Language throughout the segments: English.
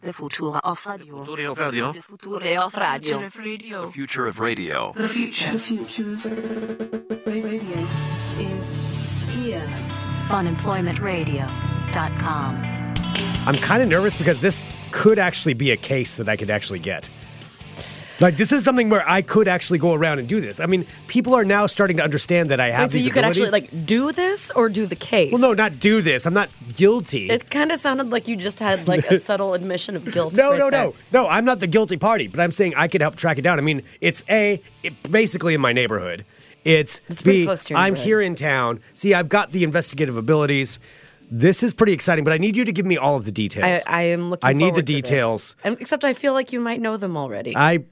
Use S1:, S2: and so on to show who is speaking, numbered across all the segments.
S1: The future of radio.
S2: Tutorial Radio.
S1: The future of radio.
S2: The future of radio.
S3: The future of radio is here.
S1: Funemploymentradio.com.
S4: I'm kind of nervous because this could actually be a case that I could actually get. Like this is something where I could actually go around and do this. I mean, people are now starting to understand that I have
S5: Wait, so
S4: these
S5: you could actually
S4: abilities.
S5: like do this or do the case?
S4: well, no, not do this. I'm not guilty.
S5: It kind of sounded like you just had like a subtle admission of guilt.
S4: no,
S5: right
S4: no,
S5: there.
S4: no, no. I'm not the guilty party, but I'm saying I could help track it down. I mean, it's a it, basically in my neighborhood. It's,
S5: It's pretty
S4: B.
S5: close to your
S4: I'm
S5: neighborhood.
S4: here in town. See, I've got the investigative abilities. This is pretty exciting, but I need you to give me all of the details.
S5: I, I am looking.
S4: I need the
S5: forward to this.
S4: details.
S5: Um, Except I feel like you might know them already.
S4: I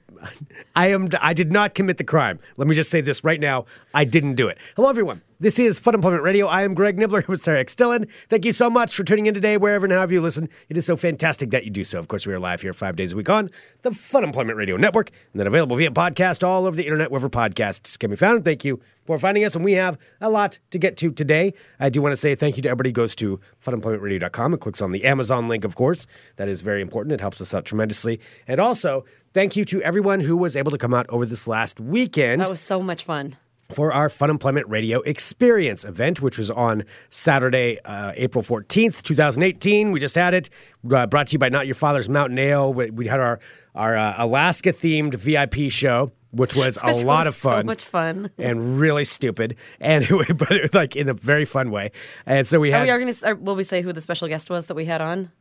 S4: I am I did not commit the crime. Let me just say this right now. I didn't do it. Hello everyone. This is Fun Employment Radio. I am Greg Nibbler with Sarah X. Dillon. Thank you so much for tuning in today, wherever and however you listen. It is so fantastic that you do so. Of course, we are live here five days a week on the Fun Employment Radio Network, and then available via podcast all over the internet wherever podcasts can be found. Thank you for finding us, and we have a lot to get to today. I do want to say thank you to everybody who goes to funemploymentradio.com and clicks on the Amazon link, of course. That is very important. It helps us out tremendously. And also, thank you to everyone who was able to come out over this last weekend
S5: that was so much fun.
S4: for our Fun Employment Radio Experience event, which was on Saturday, uh, April 14th, 2018. We just had it uh, brought to you by Not Your Father's Mountain Ale. We, we had our, our uh, Alaska themed VIP show, which was a
S5: Which
S4: lot
S5: was
S4: of fun
S5: So much fun.
S4: and really stupid, and but it was, like in a very fun way. And so we
S5: Are
S4: had,
S5: we are going to? Will we say who the special guest was that we had on?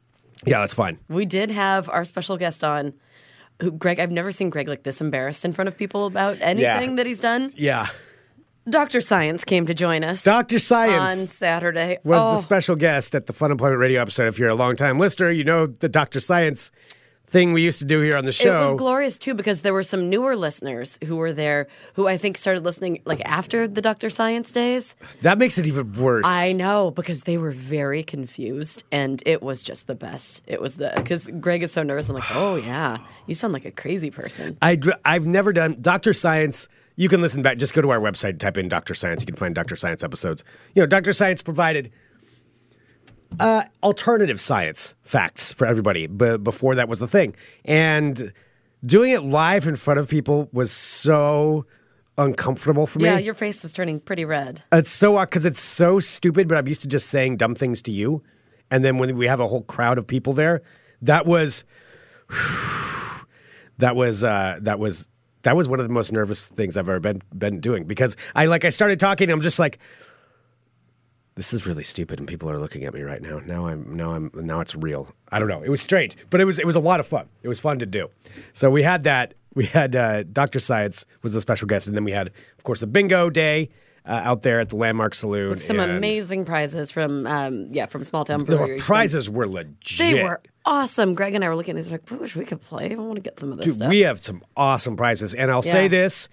S4: yeah, that's fine.
S5: We did have our special guest on. Who, Greg, I've never seen Greg like this embarrassed in front of people about anything that he's done.
S4: Yeah,
S5: Dr. Science came to join us
S4: Doctor Science.
S5: on Saturday.
S4: was
S5: oh,
S4: the special guest at the Fun Employment Radio episode. If you're a longtime listener, you know the Doctor Science thing we used to do here on the
S5: it
S4: show.
S5: was glorious too because there were some newer listeners who were there who I think started listening like after the Dr. Science days.
S4: that makes it even worse.
S5: I know because they were very confused and it was just the best. It was the because Greg is so nervous. I'm like, oh yeah, you sound like a crazy person.
S4: I have never done Doctor Science. You can listen back. Just go to our website, type in Doctor Science. You can find Doctor Science episodes. You know, Doctor Science provided uh, alternative science facts for everybody. But before that was the thing, and doing it live in front of people was so uncomfortable for me.
S5: Yeah, your face was turning pretty red.
S4: It's so because it's so stupid, but I'm used to just saying dumb things to you. And then when we have a whole crowd of people there, that was that was uh, that was that was one of the most nervous things I've ever been been doing because I like I started talking, I'm just like, this is really stupid, and people are looking at me right now. Now I'm now I'm now it's real. I don't know. It was strange, but it was it was a lot of fun. It was fun to do. So we had that. We had uh, Doctor Science was the special guest, and then we had, of course, the bingo day. Uh, out there at the Landmark Saloon,
S5: Some
S4: and
S5: amazing prizes from um, yeah from small town
S4: The
S5: breweries.
S4: prizes were legit.
S5: They were awesome. Greg and I were looking at these like, we wish we could play. I want to get some of this
S4: Dude,
S5: stuff.
S4: we have some awesome prizes. And I'll say
S5: Yeah.
S4: this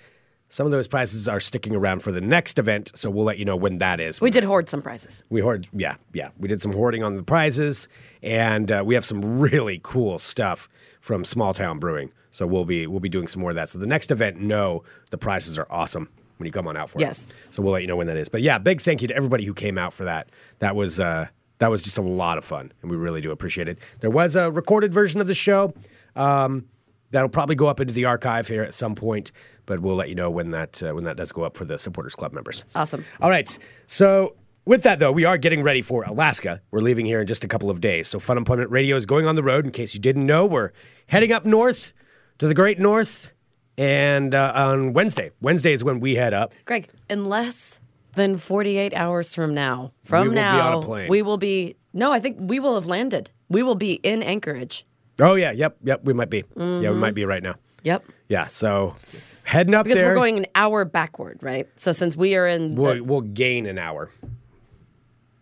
S4: some of those prizes are sticking around for the next event. So we'll let you know when that is.
S5: we did hoard some prizes.
S4: We hoard, yeah, yeah. We did some hoarding on the prizes, and uh, we have some really cool stuff from Small Town Brewing. So we'll be we'll be doing some more of that. So the next event, no, the prizes are awesome when you come on out for
S5: Yes.
S4: it. So we'll let you know when that is. But yeah, big thank you to everybody who came out for that. That was uh, that was just a lot of fun, and we really do appreciate it. There was a recorded version of the show. Um, That'll probably go up into the archive here at some point, but we'll let you know when that uh, when that does go up for the supporters club members.
S5: Awesome.
S4: All right. So with that though, we are getting ready for Alaska. We're leaving here in just a couple of days. So Fun Employment Radio is going on the road. In case you didn't know, we're heading up north to the Great North, and uh, on Wednesday. Wednesday is when we head up.
S5: Greg, in less than 48 hours from now, from
S4: will be
S5: now,
S4: on a plane.
S5: we will be, no, I think we will have landed. We will be in Anchorage.
S4: Oh yeah, yep, yep. We might be. Yeah, we might be right now.
S5: Yep.
S4: Yeah. So heading up
S5: Because
S4: there,
S5: we're going an hour backward, right? So since we are in, the-
S4: We'll, we'll gain an hour.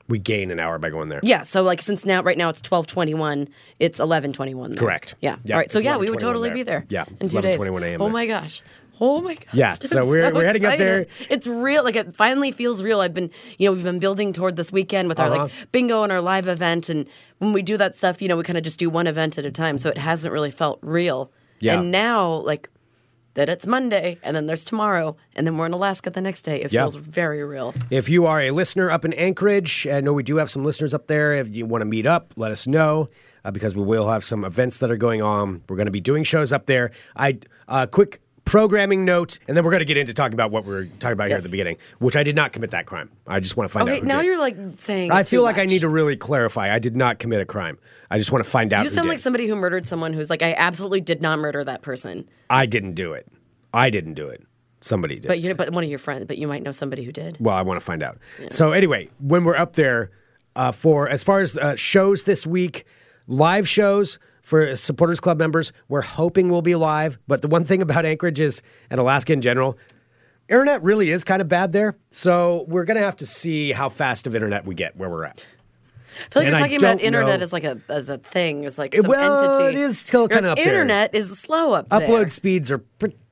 S4: We gain an hour by going there.
S5: yeah, so like since now, right now it's 1221, it's 1121. there.
S4: Correct.
S5: Yeah.
S4: Yeah,
S5: All right. So
S4: it's
S5: yeah, we would
S4: 11:21
S5: totally
S4: there.
S5: be there.
S4: Yeah,
S5: In
S4: it's
S5: two days.
S4: 11:21 a.m.
S5: Oh
S4: there.
S5: my gosh. Oh my gosh.
S4: Yeah,
S5: I'm
S4: so we're- we're heading up
S5: excited.
S4: there.
S5: It's real. Like it finally feels real. I've been, you know, we've been building toward this weekend with our
S4: Uh-huh.
S5: like bingo and our live event. And when we do that stuff, you know, we kind of just do one event at a time. So it hasn't really felt real.
S4: Yeah.
S5: And now, like, that it's Monday and then there's tomorrow and then we're in Alaska the next day. It
S4: Yeah.
S5: feels very real.
S4: If you are a listener up in Anchorage, I know we do have some listeners up there. If you want to meet up, let us know. uh, because we will have some events that are going on. We're going to be doing shows up there. I uh, quick programming note, and then we're going to get into talking about what we we're talking about here at
S5: Yes.
S4: the beginning, which I did not commit that crime. I just want to find out.
S5: Okay,
S4: who
S5: now
S4: did.
S5: you're like saying.
S4: I
S5: too
S4: feel like I
S5: much.
S4: need to really clarify. I did not commit a crime. I just want to find out.
S5: You
S4: who
S5: sound
S4: did.
S5: like somebody who murdered someone who's like, I absolutely did not murder that person,
S4: I didn't do it. I didn't do it. Somebody did.
S5: but you, but one of your friends, but you might know somebody who did.
S4: well, I want to find out. So anyway, when we're up there, uh, for as far as uh, shows this week, live shows for supporters club members, we're hoping we'll be live. But the one thing about Anchorage is, and Alaska in general, internet really is kind of bad there. So we're gonna have to see how fast of internet we get where we're at.
S5: I feel like
S4: And I
S5: you're talking about
S4: don't
S5: internet
S4: know-
S5: as like a as a thing, as like some
S4: well,
S5: entity.
S4: it is still
S5: You're
S4: kinda
S5: like,
S4: up there.
S5: Internet is slow up there.
S4: upload speeds are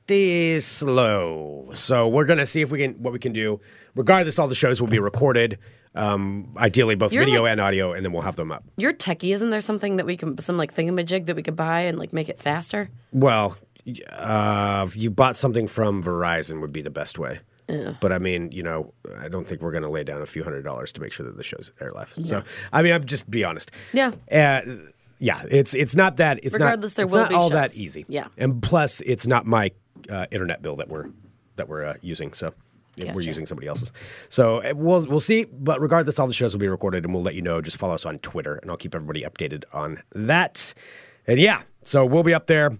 S4: pretty slow so we're gonna see if we can what we can do regardless all the shows will be recorded um, ideally both
S5: You're
S4: video
S5: like-
S4: and audio and then we'll have them up
S5: You're techie, isn't there something that we can some like thingamajig that we could buy and like make it faster?
S4: well y- uh, if you bought something from verizon would be the best way but i mean you know i don't think we're gonna lay down a few hundred dollars to make sure that the show's air left so i mean i'm just be honest
S5: Yeah.
S4: uh, yeah, it's it's not that it's
S5: Regardless,
S4: not,
S5: there
S4: it's
S5: will
S4: not
S5: be
S4: all that
S5: shows.
S4: easy.
S5: Yeah.
S4: and plus, it's not my uh, internet bill that we're that we're uh, using. So if we're
S5: Gotcha.
S4: using somebody else's. So uh, we'll we'll see. But regardless, all the shows will be recorded, and we'll let you know. Just follow us on Twitter, and I'll keep everybody updated on that. And yeah, so we'll be up there.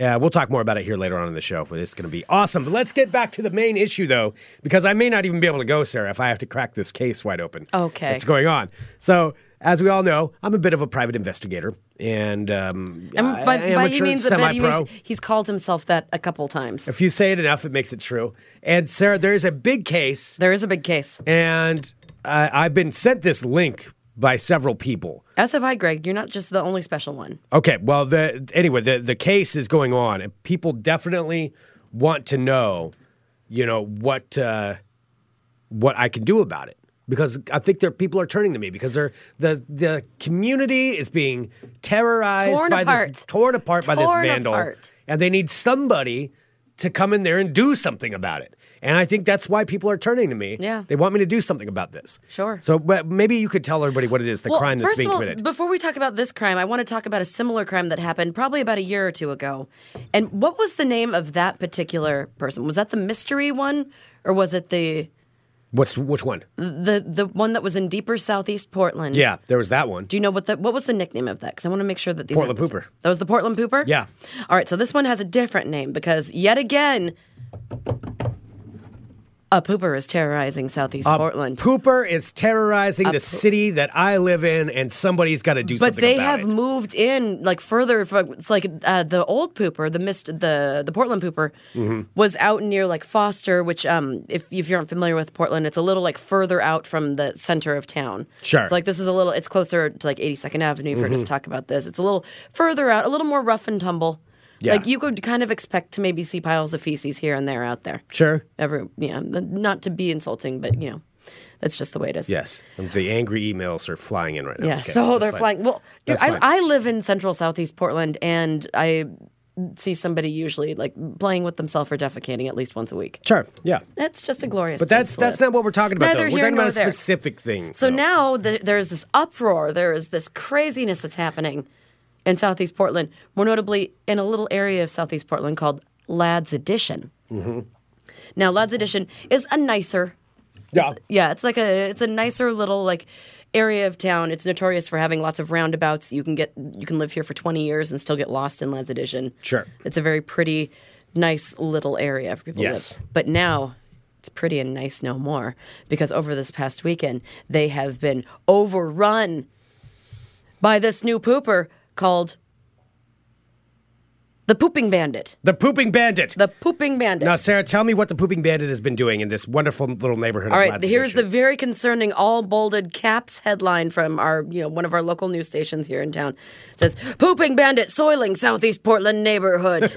S4: Uh, we'll talk more about it here later on in the show, but it's going to be awesome. But let's get back to the main issue, though, because I may not even be able to go, Sarah, if I have to crack this case wide open.
S5: Okay.
S4: That's going on. So, as we all know, I'm a bit of a private investigator and um,
S5: And
S4: I-
S5: by, by
S4: amateur,
S5: you means a bit, you
S4: semi-pro.
S5: means he's called himself that a couple times.
S4: If you say it enough, it makes it true. And Sarah, there is a big case,
S5: There is a big case.
S4: and uh, I've been sent this link by several people.
S5: As have I, Greg. You're not just the only special one.
S4: Okay, well, the anyway, the the case is going on, and people definitely want to know, you know, what uh, what I can do about it because I think there people are turning to me because they're the the community is being terrorized
S5: Torn
S4: by this
S5: apart.
S4: torn apart by this
S5: Torn
S4: vandal,
S5: apart.
S4: and they need somebody to come in there and do something about it. And I think that's why people are turning to me.
S5: Yeah.
S4: they want me to do something about this.
S5: Sure.
S4: So, but maybe you could tell everybody what it is the crime that's
S5: first
S4: being
S5: of all,
S4: committed.
S5: before we talk about this crime, I want to talk about a similar crime that happened probably about a year or two ago. And what was the name of that particular person? Was that the mystery one, or was it the
S4: What's which one?
S5: the the one that was in deeper southeast Portland?
S4: Yeah, there was that one.
S5: Do you know what the what was the nickname of that? Because I want to make sure that these
S4: Portland
S5: aren't the
S4: Pooper.
S5: same. That was the Portland Pooper.
S4: Yeah.
S5: All right. So this one has a different name because yet again, a pooper is terrorizing southeast Portland.
S4: Pooper is terrorizing the city that I live in, and somebody's got to do
S5: but
S4: something
S5: they
S4: about
S5: have
S4: it.
S5: moved in like further from it's like uh, the old pooper the mist the the portland pooper
S4: Mm-hmm.
S5: was out near like foster which um if, if you aren't familiar with portland it's a little like further out from the center of town
S4: Sure. Mm-hmm.
S5: so like this is a little it's closer to like 82nd avenue if you just talk about this it's a little further out a little more rough and tumble
S4: Yeah.
S5: like you could kind of expect to maybe see piles of feces here and there out there
S4: Sure.
S5: every yeah not to be insulting but you know that's just the way it is
S4: Yes. The angry emails are flying in right now.
S5: yeah,
S4: Okay,
S5: so
S4: that's
S5: they're
S4: fine.
S5: flying. Well, dude,
S4: That's
S5: I,
S4: fine.
S5: I live in central southeast Portland, and I see somebody usually like playing with themselves or defecating at least once a week.
S4: Sure. Yeah.
S5: That's just a glorious.
S4: But that's that's not what we're talking about.
S5: Neither
S4: though. We're
S5: here
S4: talking about
S5: nor
S4: a
S5: there.
S4: specific thing.
S5: So
S4: though.
S5: now th- there's this uproar. There is this craziness that's happening in southeast Portland, more notably in a little area of southeast Portland called Lads Edition. Mm-hmm. Now, Lads Edition is a nicer
S4: yeah.
S5: yeah, it's like a it's a nicer little like area of town. It's notorious for having lots of roundabouts. You can get you can live here for 20 years and still get lost in Lands Edition.
S4: Sure.
S5: It's a very pretty nice little area for people
S4: Yes.
S5: to live. But now it's pretty and nice no more because over this past weekend they have been overrun by this new pooper called the pooping bandit.
S4: The pooping bandit.
S5: The pooping bandit.
S4: now, Sarah, tell me what the pooping bandit has been doing in this wonderful little neighborhood.
S5: All
S4: of
S5: right,
S4: Lads
S5: here's the
S4: Edition.
S5: very concerning all bolded caps headline from our, you know, one of our local news stations here in town. It says, "Pooping bandit soiling Southeast Portland neighborhood."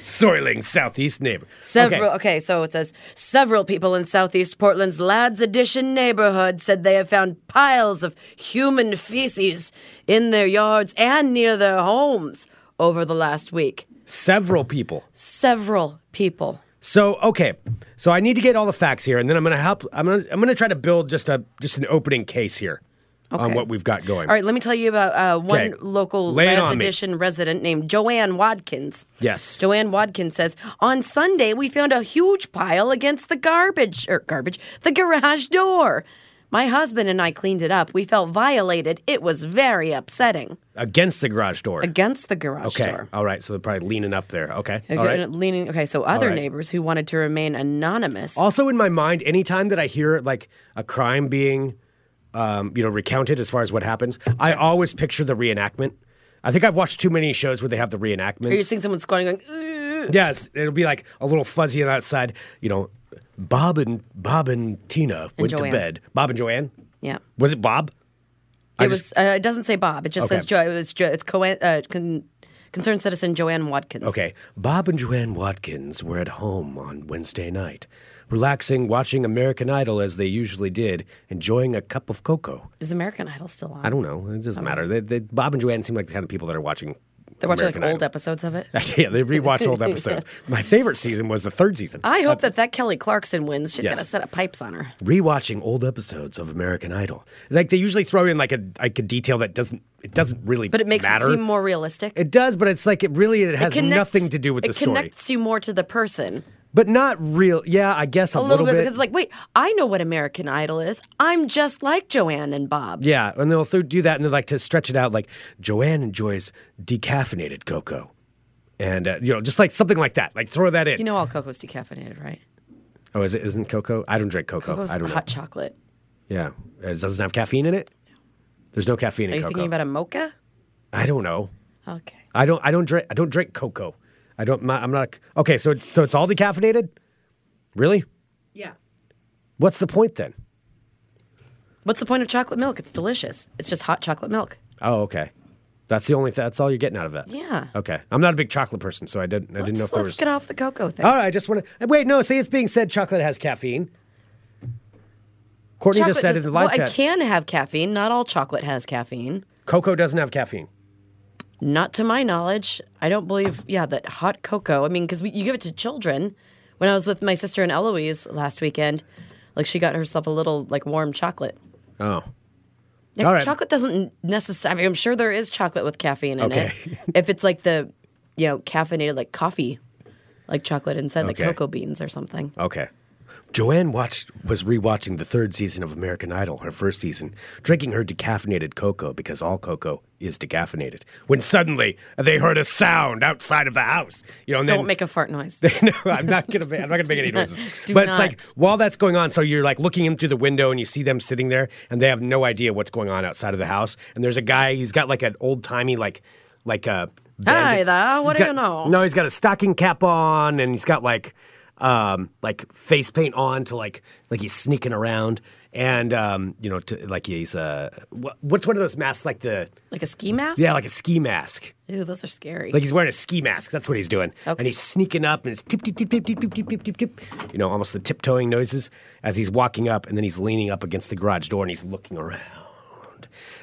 S4: soiling southeast neighbor.
S5: Several
S4: Okay.
S5: okay. so it says several people in Southeast Portland's Lads Edition neighborhood said they have found piles of human feces in their yards and near their homes over the last week.
S4: Several people.
S5: Several people.
S4: So okay, so I need to get all the facts here, and then I'm gonna help. I'm gonna I'm gonna try to build just a just an opening case here. on what we've got going.
S5: All right, let me tell you about uh,
S4: Okay.
S5: one local
S4: Lay it
S5: Lads
S4: on me.
S5: Edition resident named Joanne Watkins.
S4: Yes.
S5: Joanne Watkins says, On Sunday, we found a huge pile against the garbage, or garbage, the garage door. My husband and I cleaned it up. We felt violated. It was very upsetting.
S4: Against the garage door.
S5: Against the garage
S4: okay.
S5: door.
S4: All right. So they're probably leaning up there. Okay.
S5: If
S4: All
S5: you're
S4: right.
S5: Leaning, okay, so other
S4: right.
S5: neighbors who wanted to remain anonymous.
S4: Also, in my mind, anytime that I hear like a crime being, um, you know, recounted as far as what happens, I always picture the reenactment. I think I've watched too many shows where they have the reenactments.
S5: Or you're seeing someone squatting going, "Ugh."
S4: Yes, it'll be like a little fuzzy on the outside. You know, Bob and Bob and Tina went to
S5: Joanne.
S4: bed. Bob and Joanne.
S5: yeah.
S4: Was it Bob? I
S5: It was.
S4: just-
S5: uh, it doesn't say Bob. It just
S4: Okay.
S5: says jo- it was. Jo- it's co- uh, con- concerned citizen Joanne Watkins.
S4: Okay. Bob and Joanne Watkins were at home on Wednesday night, relaxing, watching American Idol as they usually did, enjoying a cup of cocoa.
S5: Is American Idol still on?
S4: I don't know. It doesn't matter. They, they, Bob and Joanne seem like the kind of people that are watching.
S5: They're watching
S4: American
S5: like old
S4: Idol.
S5: episodes of it.
S4: yeah, they rewatch old episodes. My favorite season was the third season.
S5: I hope that that Kelly Clarkson wins. She's
S4: Uh, yes.
S5: got a set of pipes on her.
S4: rewatching old episodes of American Idol. Like they usually throw in like a like a detail that doesn't it doesn't really
S5: But it makes
S4: matter.
S5: it seem more realistic.
S4: It does, but it's like it really it has
S5: connects-
S4: nothing to do with
S5: it
S4: the story.
S5: connects you more to the person
S4: But not real. Yeah, I guess a,
S5: a little, bit, because it's like, wait, I know what American Idol is. I'm just like Joanne and Bob.
S4: yeah, and they'll th- do that and they like to stretch it out. Like Joanne enjoys decaffeinated cocoa, and uh, you know just like something like that. Like throw that in.
S5: You know all cocoa's decaffeinated, right?
S4: oh, is it isn't cocoa? I don't drink cocoa.
S5: Cocoa's
S4: I don't know.
S5: hot chocolate.
S4: Yeah, Uh, it doesn't have caffeine in it. There's no caffeine
S5: Are
S4: in
S5: you
S4: cocoa.
S5: thinking about a mocha?
S4: I don't know.
S5: Okay.
S4: I don't. I don't drink. I don't drink cocoa. I don't. My, I'm not. Okay, so it's so it's all decaffeinated. Really?
S5: Yeah.
S4: What's the point then?
S5: What's the point of chocolate milk? It's delicious. It's just hot chocolate milk.
S4: Oh, okay. That's the only. that's all you're getting out of that.
S5: Yeah.
S4: Okay. I'm not a big chocolate person, so I didn't. I didn't know if
S5: Let's,
S4: there
S5: let's
S4: was.
S5: get off the cocoa thing.
S4: All right. I just want to wait. No. See, it's being said chocolate has caffeine. Courtney just
S5: Chocolate
S4: said
S5: does-
S4: in the live
S5: well,
S4: chat,
S5: It can have caffeine. Not all chocolate has caffeine.
S4: cocoa doesn't have caffeine.
S5: Not to my knowledge. I don't believe, yeah, that hot cocoa. I mean, because you give it to children. When I was with my sister and Eloise last weekend, like she got herself a little like warm chocolate.
S4: Oh.
S5: Like,
S4: All right.
S5: Chocolate doesn't necessarily, I mean, I'm sure there is chocolate with caffeine in
S4: Okay.
S5: it. if it's like the, you know, caffeinated like coffee, like chocolate inside
S4: Okay.
S5: like cocoa beans or something.
S4: Okay. Joanne watched was rewatching the third season of American Idol, her first season, drinking her decaffeinated cocoa because all cocoa is decaffeinated. When suddenly they heard a sound outside of the house. You know, and
S5: Don't
S4: then,
S5: make a fart noise.
S4: no, I'm not gonna. ma- I'm not gonna make any noises.
S5: Do
S4: but it's like
S5: not.
S4: while that's going on, so you're like looking in through the window and you see them sitting there, and they have no idea what's going on outside of the house. And there's a guy. He's got like an old timey like like a. bandit-
S5: there, what
S4: he's
S5: do you
S4: got-
S5: know?
S4: No, he's got a stocking cap on, and he's got like um like face paint on to like like he's sneaking around. And um, you know, to, like he's uh, what, what's one of those masks? Like the
S5: Like a ski mask?
S4: yeah, like a ski mask.
S5: Ew, those are scary.
S4: Like he's wearing a ski mask. That's what he's doing.
S5: Okay.
S4: And he's sneaking up and it's tip, tip, tip, tip, tip, tip, tip, tip, tip, tip. You know, almost the tiptoeing noises as he's walking up and then he's leaning up against the garage door and he's looking around.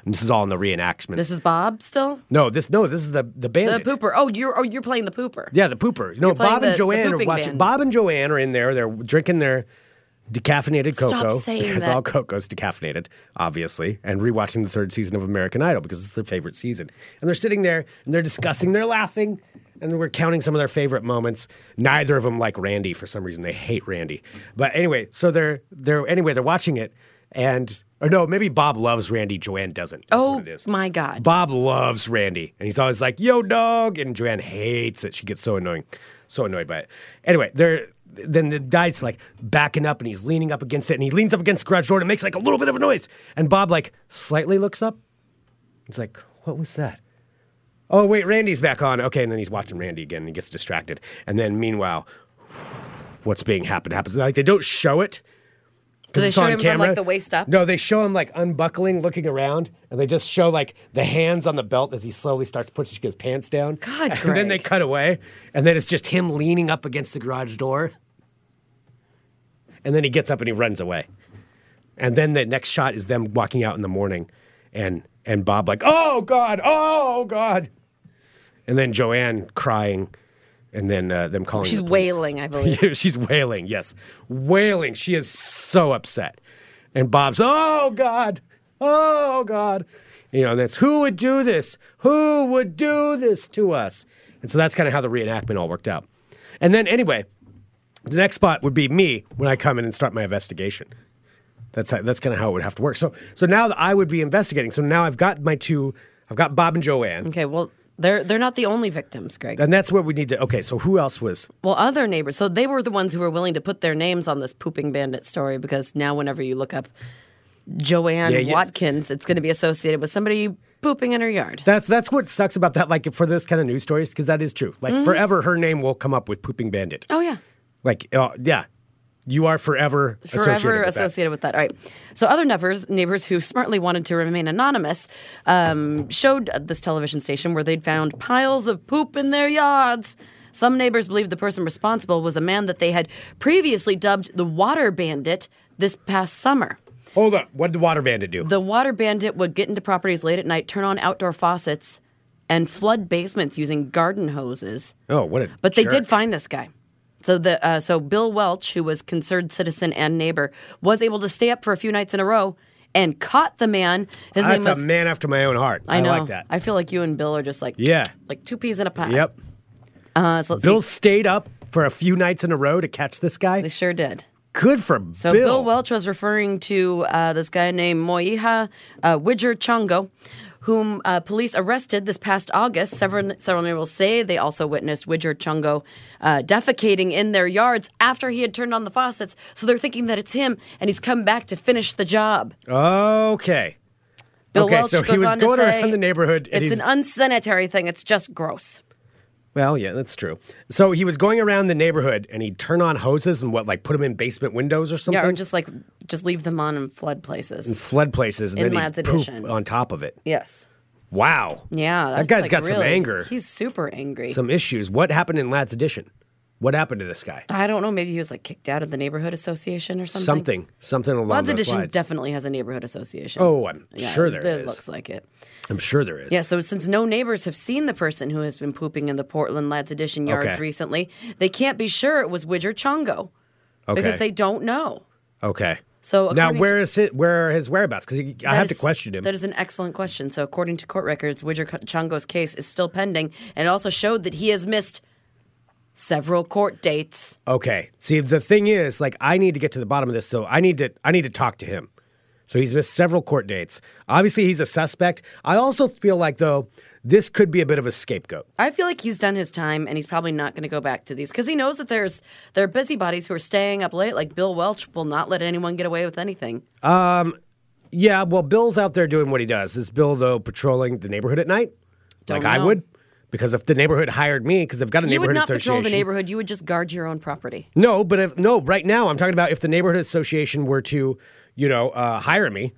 S4: And this is all in the reenactment.
S5: this is Bob still?
S4: no, this no, this is the the
S5: The
S4: bandit.
S5: pooper. Oh, you're oh you're playing the pooper.
S4: Yeah, the pooper. You know,
S5: playing
S4: Bob
S5: the-
S4: and
S5: the
S4: Joanne are
S5: pooping
S4: watching.
S5: band.
S4: Bob and Joanne are in there. They're drinking their decaffeinated
S5: Stop
S4: cocoa
S5: saying
S4: because
S5: that.
S4: all cocoa's decaffeinated, obviously, and rewatching the third season of American Idol because it's their favorite season. And they're sitting there and they're discussing, they're laughing, and we're counting some of their favorite moments. Neither of them like Randy for some reason. They hate Randy. But anyway, so they're they're anyway they're watching it, and or no, maybe Bob loves Randy, Joanne doesn't. That's
S5: Oh
S4: what it is.
S5: my God.
S4: Bob loves Randy, and he's always like, "Yo, dog," and Joanne hates it. She gets so annoying, so annoyed by it. Anyway, there. Then the guy's like backing up, and he's leaning up against it, and he leans up against the garage door, and it makes like a little bit of a noise. And Bob like slightly looks up. He's like, "What was that?" Oh wait, Randy's back on. Okay, and then he's watching Randy again, and he gets distracted. And then meanwhile, what's being happened happens. Like they don't show it. 'cause
S5: Do they
S4: it's
S5: show
S4: on
S5: him from, like, the waist up?
S4: No, they show him like unbuckling, looking around, and they just show like the hands on the belt as he slowly starts pushing his pants down.
S5: God,
S4: and then they
S5: Greg.
S4: cut away, and then it's just him leaning up against the garage door, and then he gets up and he runs away, and then the next shot is them walking out in the morning, and and Bob like, oh god, oh god, and then Joanne crying, and then uh, them calling.
S5: She's
S4: the police.
S5: wailing, I believe.
S4: Yeah, She's wailing, yes. Wailing. She is so upset. And Bob's, oh, God. Oh God. You know, and that's who would do this? Who would do this to us? And so that's kind of how the reenactment all worked out. And then anyway, the next spot would be me when I come in and start my investigation. That's how, that's kind of how it would have to work. So so now that I would be investigating. So now I've got my two. I've got Bob and Joanne,
S5: Okay, well, they're they're not the only victims, Greg.
S4: and that's where we need to. Okay, so who else was?
S5: Well, other neighbors. So they were the ones who were willing to put their names on this pooping bandit story because now whenever you look up Joanne
S4: Yeah, yes.
S5: Watkins, it's going to be associated with somebody pooping in her yard.
S4: That's that's what sucks about that. Like for those kind of news stories, because that is true. Like forever, her name will come up with pooping bandit.
S5: Mm-hmm. oh yeah.
S4: Like uh, yeah, you are forever
S5: Forever
S4: associated. With that.
S5: associated with that. All right. So other neighbors, neighbors who smartly wanted to remain anonymous, um, showed this television station where they'd found piles of poop in their yards. Some neighbors believed the person responsible was a man that they had previously dubbed the Water Bandit this past summer.
S4: Hold up, what did the water bandit do?
S5: The water bandit would get into properties late at night, turn on outdoor faucets, and flood basements using garden hoses.
S4: oh, what a
S5: But they
S4: jerk.
S5: did find this guy. So the uh, so Bill Welch, who was concerned citizen and neighbor, was able to stay up for a few nights in a row and caught the man. His
S4: That's
S5: name
S4: a
S5: was
S4: man after my own heart. I,
S5: know.
S4: like that.
S5: I feel like you and Bill are just like
S4: Yeah.
S5: like two peas in a pod.
S4: yep.
S5: Uh, so let's
S4: Bill
S5: see.
S4: stayed up for a few nights in a row to catch this guy.
S5: They sure did.
S4: Good for
S5: So Bill, Welch was referring to uh, this guy named Moiha uh, Widger Chongo, whom uh, police arrested this past August. Several several neighbors say they also witnessed Widger Chongo uh, defecating in their yards after he had turned on the faucets. So they're thinking that it's him, and he's come back to finish the job.
S4: Okay.
S5: Bill
S4: okay,
S5: Welch
S4: so he
S5: goes
S4: was
S5: on to
S4: going
S5: say,
S4: around the neighborhood and
S5: It's
S4: he's
S5: an unsanitary thing. It's just gross.
S4: Well, yeah, that's true. So he was going around the neighborhood and he'd turn on hoses and what like put them in basement windows or something.
S5: Yeah, or just like just leave them on in flood places.
S4: flood places and
S5: In
S4: then
S5: Lad's
S4: he'd poop
S5: Edition.
S4: on top of it.
S5: Yes.
S4: Wow.
S5: Yeah.
S4: That
S5: that's,
S4: guy's
S5: like,
S4: got some
S5: really-
S4: anger.
S5: He's super angry.
S4: Some issues. What happened in Lad's Edition? What happened to this guy?
S5: I don't know. Maybe he was like kicked out of the neighborhood association or something.
S4: Something. Something along
S5: Lad's
S4: those
S5: Edition
S4: lines.
S5: definitely has a neighborhood association.
S4: Oh, I'm
S5: Yeah,
S4: sure there
S5: it
S4: is.
S5: looks like it.
S4: I'm sure there is.
S5: Yeah. So since no neighbors have seen the person who has been pooping in the Portland Lad's Edition yards
S4: Okay.
S5: recently, they can't be sure it was Widger Chongo
S4: Okay.
S5: because they don't know.
S4: okay.
S5: So
S4: now
S5: according
S4: where is it? Where are his whereabouts? Because I
S5: That
S4: have
S5: is-
S4: to question him.
S5: That is an excellent question. So, according to court records, Widger Chongo's case is still pending, and it also showed that he has missed several court dates.
S4: Okay. See, the thing is, like, I need to get to the bottom of this, so I need to I need to talk to him. So he's missed several court dates. Obviously, he's a suspect. I also feel like though this could be a bit of a scapegoat.
S5: I feel like he's done his time and he's probably not going to go back to these because he knows that there's there are busybodies who are staying up late. Like Bill Welch will not let anyone get away with anything.
S4: Yeah. Well, Bill's out there doing what he does. Is Bill though patrolling the neighborhood at night?
S5: Don't
S4: like I
S5: know.
S4: would, because if the neighborhood hired me, because I've got a
S5: You
S4: neighborhood
S5: would not
S4: association.
S5: patrol the neighborhood. You would just guard your own property.
S4: No, but if, no. Right now, I'm talking about if the neighborhood association were to, you know, uh, hire me,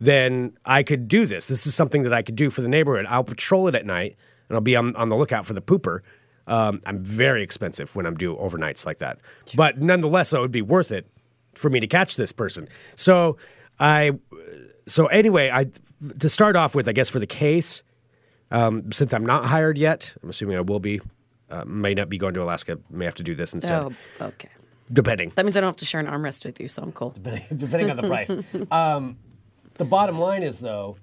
S4: then I could do this. This is something that I could do for the neighborhood. I'll patrol it at night, and I'll be on, on the lookout for the pooper. Um, I'm very expensive when I'm due overnights like that, but nonetheless, it would be worth it for me to catch this person. So I, so anyway, I to start off with, I guess for the case, um, since I'm not hired yet, I'm assuming I will be. Uh, may not be going to Alaska. May have to do this instead
S5: Oh, okay.
S4: depending
S5: That means I don't have to share an armrest with you, so I'm cool.
S4: depending on the price um, the bottom line is though